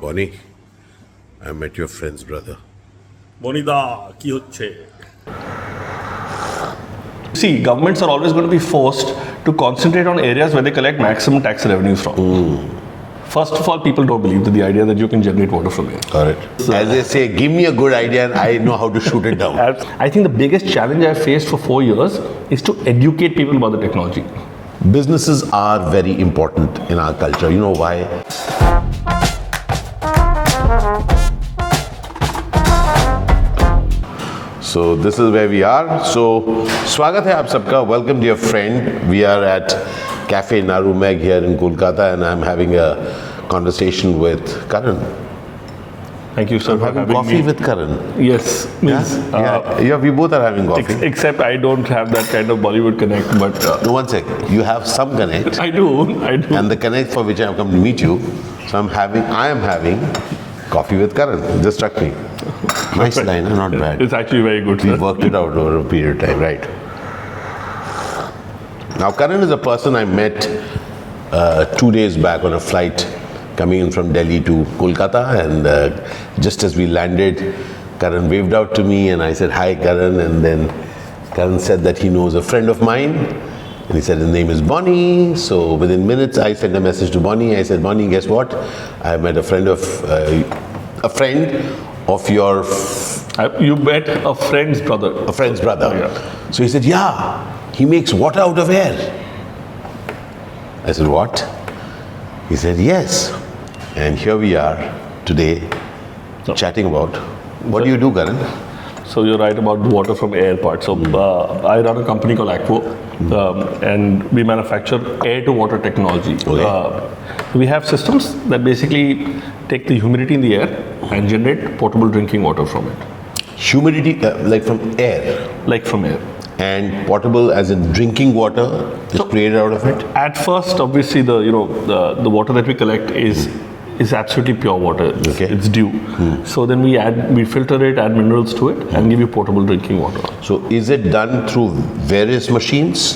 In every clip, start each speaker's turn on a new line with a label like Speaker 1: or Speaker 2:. Speaker 1: Bonnie, I met your friend's brother.
Speaker 2: বনিদা কি হচ্ছে
Speaker 3: See, governments are always going to be forced to concentrate on areas where they collect maximum tax revenues from. First of all, people don't believe that the idea that you can generate water from air.
Speaker 1: Correct. As they say, give me a good idea and I know how to shoot it down.
Speaker 3: And I think the biggest challenge I faced for four years is to educate people about the technology.
Speaker 1: Businesses are very important in our culture. You know why? So this is where we are. So स्वागत है आप सबका. Welcome dear friend. We are at Cafe Narumeg here in Kolkata and I'm having a conversation with Karan.
Speaker 3: Thank you, sir, for
Speaker 1: Having
Speaker 3: having
Speaker 1: coffee
Speaker 3: me.
Speaker 1: with Karan.
Speaker 3: yes, means, uh,
Speaker 1: yeah, yeah, we both are having coffee.
Speaker 3: ex- except I don't have that kind of Bollywood connect, but uh,
Speaker 1: No, one sec. You have some connect.
Speaker 3: I do, I do.
Speaker 1: and the connect for which I have come to meet you. So I'm having, I am having coffee with Karan. It Just struck me. Nice line, huh? not bad.
Speaker 3: It's actually very good.
Speaker 1: We
Speaker 3: sir.
Speaker 1: worked it out over a period of time, right? Now, Karan is a person I met uh, two days back on a flight coming in from Delhi to Kolkata, and uh, just as we landed, Karan waved out to me, and I said, "Hi, Karan," and then Karan said that he knows a friend of mine. And he said his name is Bonnie. So within minutes, I sent a message to Bonnie. I said, Bonnie, guess what? I met a friend of uh, a friend of your f-
Speaker 3: I- Uh, you met a friend's brother.
Speaker 1: a friend's brother.
Speaker 3: Yeah.
Speaker 1: So he said, Yeah, he makes water out of air. I said, What? He said, Yes. And here we are today, chatting about what do you do, Karan?
Speaker 3: So you're right about the water from air part. So uh, I run a company called Aquo, um, and we manufacture air-to-water technology.
Speaker 1: Okay.
Speaker 3: Uh, we have systems that basically take the humidity in the air and generate portable drinking water from it,
Speaker 1: Humidity, uh, like from air,
Speaker 3: like from air.
Speaker 1: and potable as in drinking water is created out of it.
Speaker 3: At first, obviously, the you know the, the water that we collect is is absolutely pure water. It's,
Speaker 1: Okay.
Speaker 3: it's dew. So then we add we filter it, add minerals to it, and give you portable drinking water.
Speaker 1: So is it done through various machines?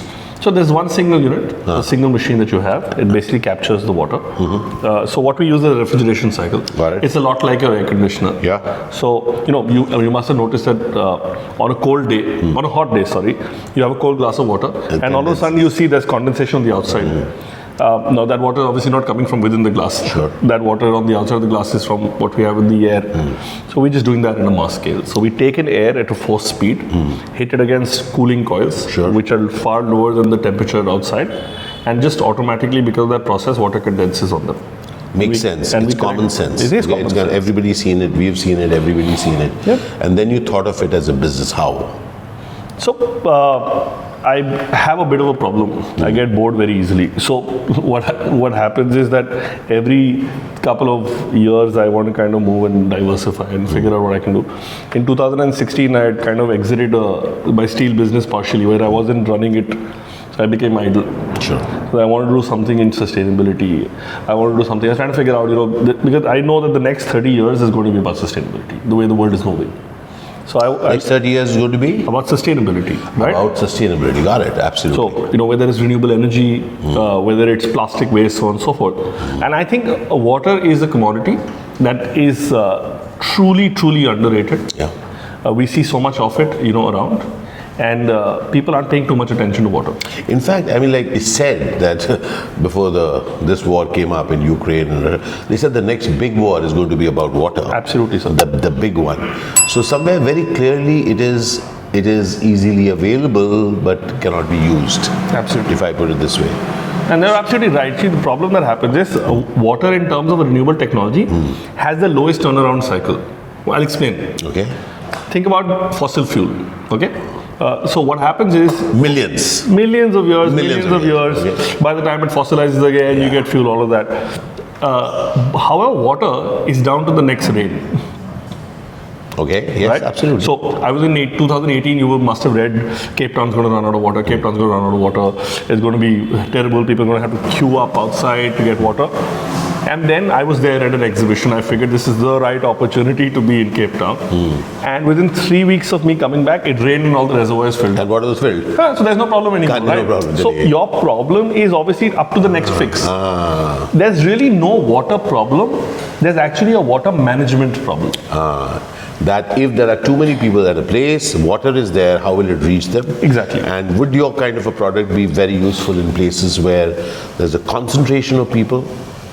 Speaker 3: So there's one single unit,
Speaker 1: Uh-huh.
Speaker 3: a single machine that you have. It basically captures the water. Uh, so what we use is a refrigeration cycle.
Speaker 1: Mm-hmm. Got it.
Speaker 3: It's a lot like your air conditioner.
Speaker 1: Yeah.
Speaker 3: So you know you I mean, you must have noticed that uh, on a cold day,
Speaker 1: Hmm.
Speaker 3: on a hot day, sorry, you have a cold glass of water, and all of a sudden you see there's condensation on the outside. Uh, now that water is obviously not coming from within the glass.
Speaker 1: Hmm. Sure.
Speaker 3: That water on the outside of the glass is from what we have in the air.
Speaker 1: Hmm.
Speaker 3: So we're just doing that in a mass scale. So we take an air at a force speed, hit it against cooling coils,
Speaker 1: Hmm. Sure.
Speaker 3: which are far lower than the temperature outside, and just automatically because of that process, water condenses on them.
Speaker 1: Makes
Speaker 3: We-
Speaker 1: sense.
Speaker 3: and
Speaker 1: It's
Speaker 3: we connect-
Speaker 1: common sense.
Speaker 3: It is
Speaker 1: Yeah,
Speaker 3: common
Speaker 1: it's got-
Speaker 3: sense.
Speaker 1: Everybody's seen it. We've seen it. Everybody's seen it.
Speaker 3: Yep.
Speaker 1: And then you thought of it as a business. How?
Speaker 3: So uh, I have a bit of a problem. I get bored very easily. So what what happens is that every couple of years I want to kind of move and diversify and
Speaker 1: Hmm.
Speaker 3: figure out what I can do. In 2016, I had kind of exited uh, my steel business partially, where I wasn't running it. So I became idle.
Speaker 1: Sure.
Speaker 3: So I want to do something in sustainability. I want to do something. I was trying to figure out, you know, th- because I know that the next 30 years is going to be about sustainability, the way the world is moving. So I, I
Speaker 1: Next 30 years is going to be
Speaker 3: about sustainability, right?
Speaker 1: about sustainability. Got it. Absolutely. Hmm.
Speaker 3: So you know whether it's renewable energy, uh, whether it's plastic waste, so on and so forth. And I think uh, water is a commodity that is uh, truly, truly underrated.
Speaker 1: Yeah.
Speaker 3: Uh, we see so much of it, you know, around, and uh, people aren't paying too much attention to water.
Speaker 1: In fact, I mean, like it said that before the this war came up in Ukraine, and, uh, they said the next big war is going to be about water.
Speaker 3: Absolutely, sir.
Speaker 1: The, the big one. So somewhere very clearly, it is it is easily available but cannot be used.
Speaker 3: Absolutely.
Speaker 1: If I put it this way.
Speaker 3: And they're absolutely right. See, the problem that happens is uh, water, in terms of renewable technology,
Speaker 1: Hmm.
Speaker 3: has the lowest turnaround cycle. Well, I'll explain.
Speaker 1: Okay.
Speaker 3: Think about fossil fuel. Okay. Uh, so what happens is
Speaker 1: Millions.
Speaker 3: millions of years, millions,
Speaker 1: Millions of
Speaker 3: of years.
Speaker 1: years,
Speaker 3: By the time it fossilizes again, you get fuel, all of that. Uh, however, water is down to the next rain.
Speaker 1: Okay. Yes,
Speaker 3: right?
Speaker 1: absolutely.
Speaker 3: So I was in eight- 2018. You must have read Cape Town's going to run out of water. Cape Town's going to run out of water. It's going to be terrible. People are going to have to queue up outside to get water. And then I was there at an exhibition. I figured this is the right opportunity to be in Cape Town.
Speaker 1: Hmm.
Speaker 3: And within three weeks of me coming back, it rained and all the reservoirs filled.
Speaker 1: And what was filled?
Speaker 3: Ah, so there's no problem anymore,
Speaker 1: Can't be no
Speaker 3: right?
Speaker 1: problem,
Speaker 3: so
Speaker 1: yeah.
Speaker 3: your problem is obviously up to the next fix.
Speaker 1: Ah,
Speaker 3: There's really no water problem. There's actually a water management problem.
Speaker 1: ah. That if there are too many people at a place, water is there, how will it reach them?
Speaker 3: Exactly.
Speaker 1: And would your kind of a product be very useful in places where there's a concentration of people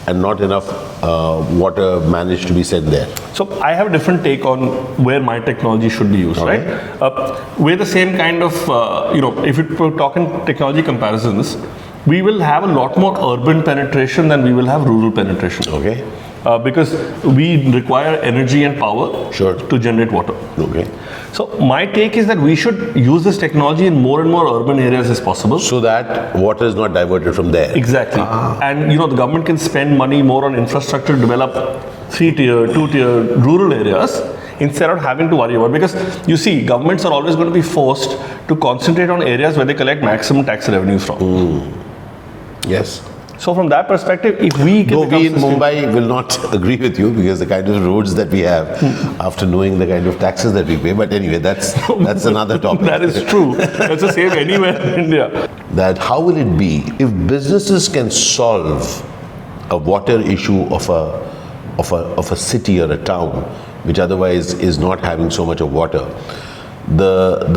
Speaker 1: and not enough uh, water managed to be sent there?
Speaker 3: So I have a different take on where my technology should be used, right? Uh, we're the same kind of, uh, you know, if you pro- talk in technology comparisons, we will have a lot more urban penetration than we will have rural penetration.
Speaker 1: Okay.
Speaker 3: Uh, because we require energy and power
Speaker 1: Sure.
Speaker 3: to generate water.
Speaker 1: Okay.
Speaker 3: So my take is that we should use this technology in more and more urban areas as possible.
Speaker 1: So that water is not diverted from there.
Speaker 3: Exactly. And you know, the government can spend money more on infrastructure to develop three tier, two tier rural areas instead of having to worry about because you see governments are always going to be forced to concentrate on areas where they collect maximum tax revenues from.
Speaker 1: Hmm. Yes.
Speaker 3: So from that perspective, if we can
Speaker 1: Though
Speaker 3: become
Speaker 1: we in
Speaker 3: system-
Speaker 1: Mumbai will not agree with you because the kind of roads that we have,
Speaker 3: Hmm.
Speaker 1: after knowing the kind of taxes that we pay. But anyway, that's that's another topic.
Speaker 3: that is true. That's the same anywhere in India.
Speaker 1: that how will it be if businesses can solve a water issue of a of a of a city or a town which otherwise is not having so much of water the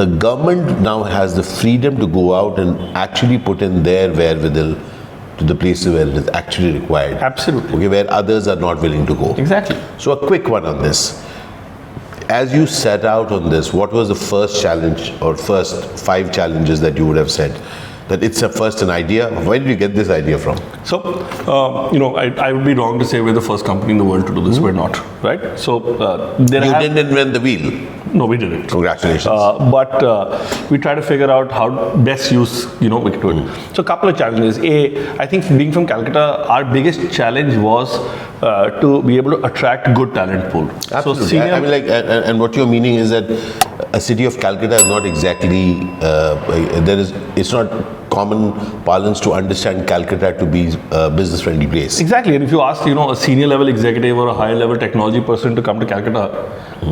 Speaker 1: the government now has the freedom to go out and actually put in their wherewithal to the places where it is actually required
Speaker 3: Absolutely.
Speaker 1: okay where others are not willing to go
Speaker 3: Exactly.
Speaker 1: so a quick one on this as you set out on this, what was the first challenge or first five challenges that you would have said? That it's a first an idea. Where did you get this idea from?
Speaker 3: So, uh, you know, I, I would be wrong to say we're the first company in the world to do this. We're not, right? So, uh, there
Speaker 1: You
Speaker 3: have,
Speaker 1: didn't invent the wheel.
Speaker 3: No, we didn't.
Speaker 1: Congratulations.
Speaker 3: Uh, but uh, we try to figure out how best use, you know, we could do it.
Speaker 1: Mm-hmm.
Speaker 3: So a couple of challenges. A, I think being from Calcutta, our biggest challenge was uh, to be able to attract good talent pool. So
Speaker 1: Absolutely.
Speaker 3: senior,
Speaker 1: I, I mean, like, and, and and what you're meaning is that a city of Calcutta is not exactly uh, there is. It's not common parlance to understand Calcutta to be a business-friendly place.
Speaker 3: exactly. And if you ask, you know, a senior level executive or a high level technology person to come to Calcutta,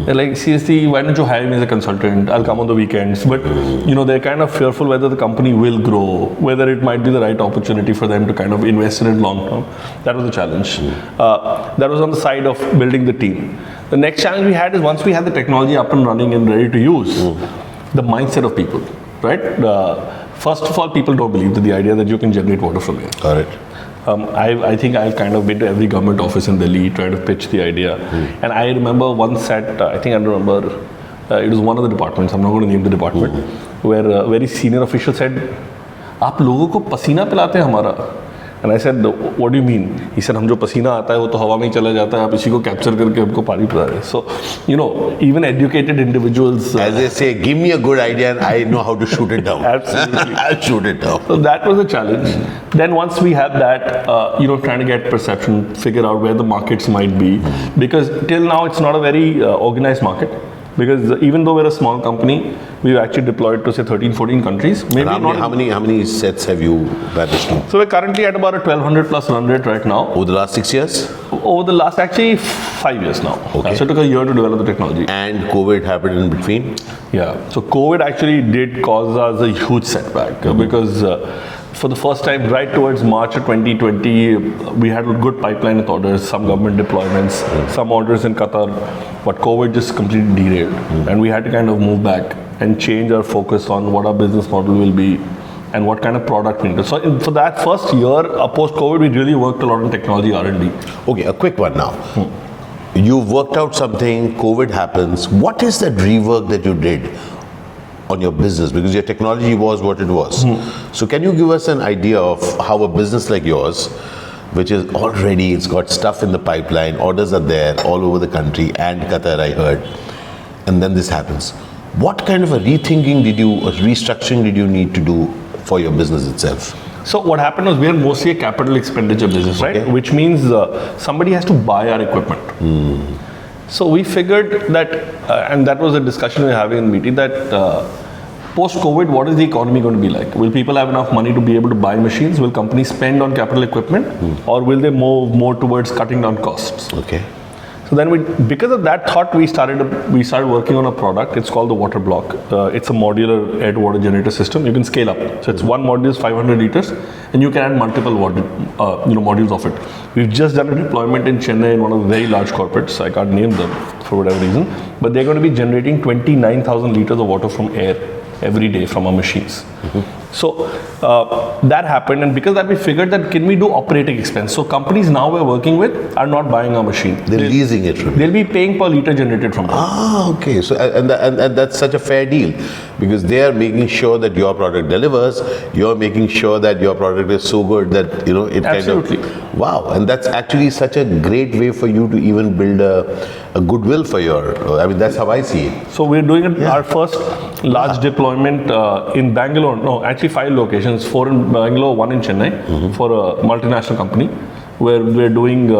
Speaker 3: they're like, seriously, why don't you hire me as a consultant? I'll come on the weekends. But you know, they're kind of fearful whether the company will grow, whether it might be the right opportunity for them to kind of invest in it long term. That was the challenge. Uh, that was on the side of building the team. The next challenge we had is once we had the technology up and running and ready to use, the mindset of people, right? Uh, first of all, people don't believe that the idea that you can generate water from air.
Speaker 1: All right.
Speaker 3: Um, I, I think I've kind of been to every government office in Delhi trying to pitch the idea. And I remember once at, uh, I think I remember, uh, it was one of the departments, I'm not going to name the department, where a very senior official said, आप लोगों को पसीना पिलाते हैं हमारा and I said what do mean he said हम जो पसीना आता है वो तो हवा में ही चला जाता है आप इसी को कैप्चर करके हमको पानी पिला रहे हैं so you know even educated individuals
Speaker 1: As they say, give me a good idea and I know how to shoot it down.
Speaker 3: Absolutely.
Speaker 1: I'll shoot it down.
Speaker 3: So that was a challenge. Then once we had that, uh, you know, trying to get perception, figure out where the markets might be, because till now it's not a very uh, organized market. Because even though we're a small company, we've actually deployed to say 13, 14 countries. Maybe
Speaker 1: And how,
Speaker 3: not.
Speaker 1: many, how many how many sets have you managed to
Speaker 3: so we're currently at about a 1200 plus run rate right now.
Speaker 1: over the last six years?
Speaker 3: Over the last actually five years now.
Speaker 1: Okay.
Speaker 3: So it took a year to develop the technology.
Speaker 1: And COVID happened in between.
Speaker 3: Yeah. So COVID actually did cause us a huge setback uh, because uh, for the first time, right towards March of 2020, we had a good pipeline with orders, some government deployments, some orders in Qatar, but COVID just completely derailed, and we had to kind of move back and change our focus on what our business model will be. And what kind of product we need. So in, for that first year, uh, post-COVID, we really worked a lot on technology R&D.
Speaker 1: Okay, a quick one now. You've worked out something, COVID happens. What is that rework that you did on your business? Because your technology was what it was. So can you give us an idea of how a business like yours, which is already it's got stuff in the pipeline, orders are there all over the country and Qatar, I heard. And then this happens. What kind of a rethinking did you, or restructuring did you need to do for your business itself?
Speaker 3: So what happened was we are mostly a capital expenditure business, right?
Speaker 1: Okay.
Speaker 3: Which means uh, somebody has to buy our equipment. So we figured that, uh, and that was a discussion we were having in meeting that uh, Post COVID, what is the economy going to be like? Will people have enough money to be able to buy machines? Will companies spend on capital equipment? Or will they move more towards cutting down costs?
Speaker 1: Okay.
Speaker 3: So then we, because of that thought, we started a- we started working on a product. It's called the Water Block. Uh, it's a modular air to water generator system. You can scale up. So it's one module is 500 liters, and you can add multiple water, uh, you know modules of it. We've just done a deployment in Chennai in one of the very large corporates. I can't name them for whatever reason, but they're going to be generating 29,000 liters of water from air every day from our machines. So uh, that happened, and because that we figured that can we do operating expense? So companies now we're working with are not buying our machine.
Speaker 1: They're leasing it from you.
Speaker 3: They'll be paying per liter generated from us.
Speaker 1: Ah, okay. So, a- and, tha- and, and that's such a fair deal because they are making sure that your product delivers. You're making sure that your product is so good that, you know, it
Speaker 3: Absolutely.
Speaker 1: kind of. Wow. And that's actually such a great way for you to even build a, a goodwill for your. I mean, that's how I see it.
Speaker 3: So we're doing it- our first large deployment uh, in Bangalore. No, actually five locations: four in Bangalore, one in Chennai, for a multinational company, where we're doing uh,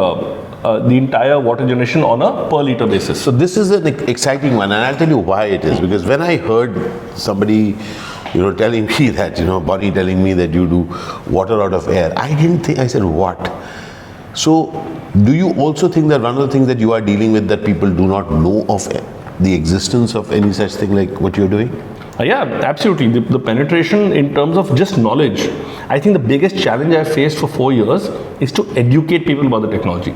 Speaker 3: uh, the entire water generation on a per liter basis.
Speaker 1: So, this is an ex- exciting one, and I'll tell you why it is because when I heard somebody. You know, telling me that, you know, Bonnie telling me that you do water out of air. I didn't think, I said, what? So, do you also think that one of the things that you are dealing with that people do not know of eh, the existence of any such thing like what you're doing?
Speaker 3: Uh, yeah, absolutely. The, the penetration in terms of just knowledge, I think the biggest challenge I faced for four years is to educate people about the technology.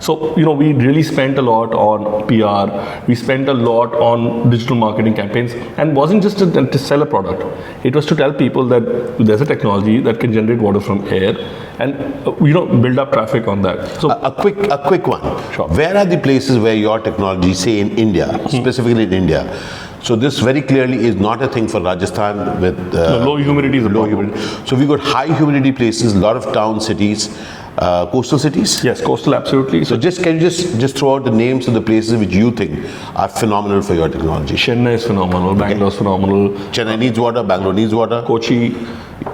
Speaker 3: So, you know, we really spent a lot on PR, we spent a lot on digital marketing campaigns, and wasn't just to, to sell a product. It was to tell people that there's a technology that can generate water from air and, uh, you know, build up traffic on that. So,
Speaker 1: A, a quick, a quick one.
Speaker 3: Sure. Hmm.
Speaker 1: Where are the places where your technology, say in India, specifically in India? So this very clearly is not a thing for Rajasthan with uh,
Speaker 3: low humidity is a
Speaker 1: low
Speaker 3: problem.
Speaker 1: humidity. So we got high humidity places, a lot of town cities, uh, coastal cities.
Speaker 3: Yes, coastal, absolutely.
Speaker 1: So
Speaker 3: So,
Speaker 1: just can you just just throw out the names of the places which you think are phenomenal for your technology?
Speaker 3: Chennai is phenomenal, Bangalore is phenomenal,
Speaker 1: Chennai needs water, Bangalore needs water.
Speaker 3: Kochi,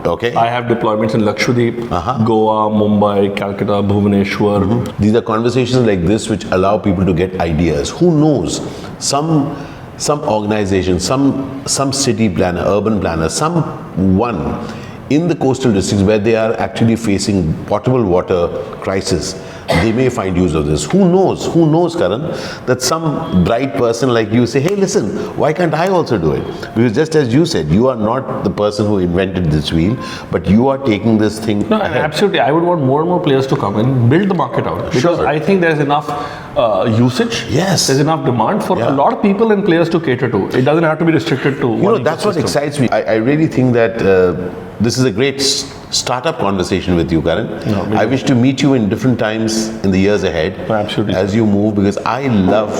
Speaker 1: Okay.
Speaker 3: I have deployments in Lakshadweep,
Speaker 1: Uh-huh.
Speaker 3: Goa, Mumbai, Calcutta, Bhubaneswar.
Speaker 1: these are conversations like this which allow people to get ideas who knows some some organization some some city planner urban planner someone in the coastal districts where they are actually facing potable water crisis they may find use of this who knows who knows karan that some bright person like you say hey listen why can't i also do it because just as you said you are not the person who invented this wheel but you are taking this thing
Speaker 3: No, and absolutely. I would want more and more players to come and build the market out because
Speaker 1: Sure.
Speaker 3: I think there's enough uh, usage.
Speaker 1: Yes.
Speaker 3: There's enough demand for a
Speaker 1: Yeah.
Speaker 3: lot of people and players to cater to. It doesn't have to be restricted to
Speaker 1: You
Speaker 3: one.
Speaker 1: know, that's what
Speaker 3: ecosystem.
Speaker 1: excites me. I, I really think that uh, this is a great s- startup conversation with you, Karan.
Speaker 3: maybe.
Speaker 1: I wish to meet you in different times in the years ahead.
Speaker 3: Absolutely.
Speaker 1: As you move, because I love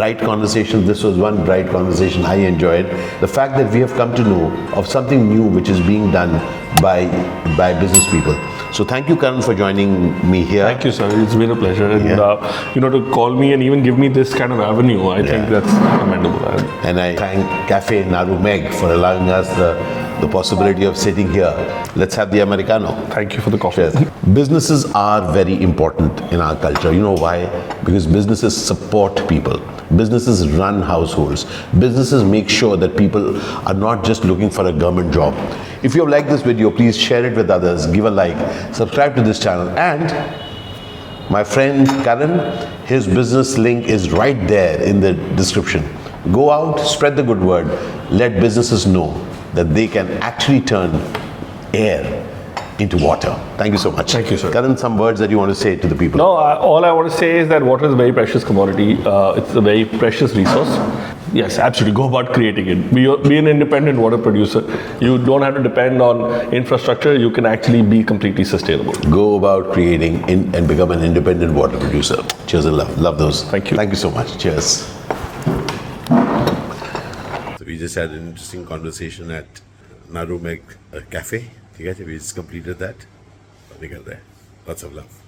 Speaker 1: bright conversations. This was one bright conversation I enjoyed. The fact that we have come to know of something new which is being done by by business people. So thank you, Karan, for joining me here.
Speaker 3: Thank you, sir. It's been a pleasure. And,
Speaker 1: Yeah.
Speaker 3: uh, you know, to call me and even give me this kind of avenue, I think that's commendable. And
Speaker 1: And I thank Cafe Naru Meg for allowing us the, the possibility of sitting here. Let's have the Americano.
Speaker 3: thank you for the coffee.
Speaker 1: Yes. Businesses are very important in our culture. You know why? Because businesses support people. Businesses run households. Businesses make sure that people are not just looking for a government job. If you have liked this video, please share it with others, give a like, subscribe to this channel, and my friend Karan, his business link is right there in the description. Go out, spread the good word, let businesses know that they can actually turn air into water. Thank you so much.
Speaker 3: Thank you, sir.
Speaker 1: Karan, some words that you want to say to the people.
Speaker 3: No, I, all I want to say is that water is a very precious commodity. Uh, it's a very precious resource. Yes, absolutely. Go about creating it. Be, your- be an independent water producer. You don't have to depend on infrastructure. You can actually be completely sustainable.
Speaker 1: Go about creating in, and become an independent water producer. Cheers and love. Love those.
Speaker 3: Thank you.
Speaker 1: Thank you so much. Cheers. So we just had an interesting conversation at Narumeg uh, Cafe. ठीक है, We just completed that. निकल रहे हैं. Lots of love.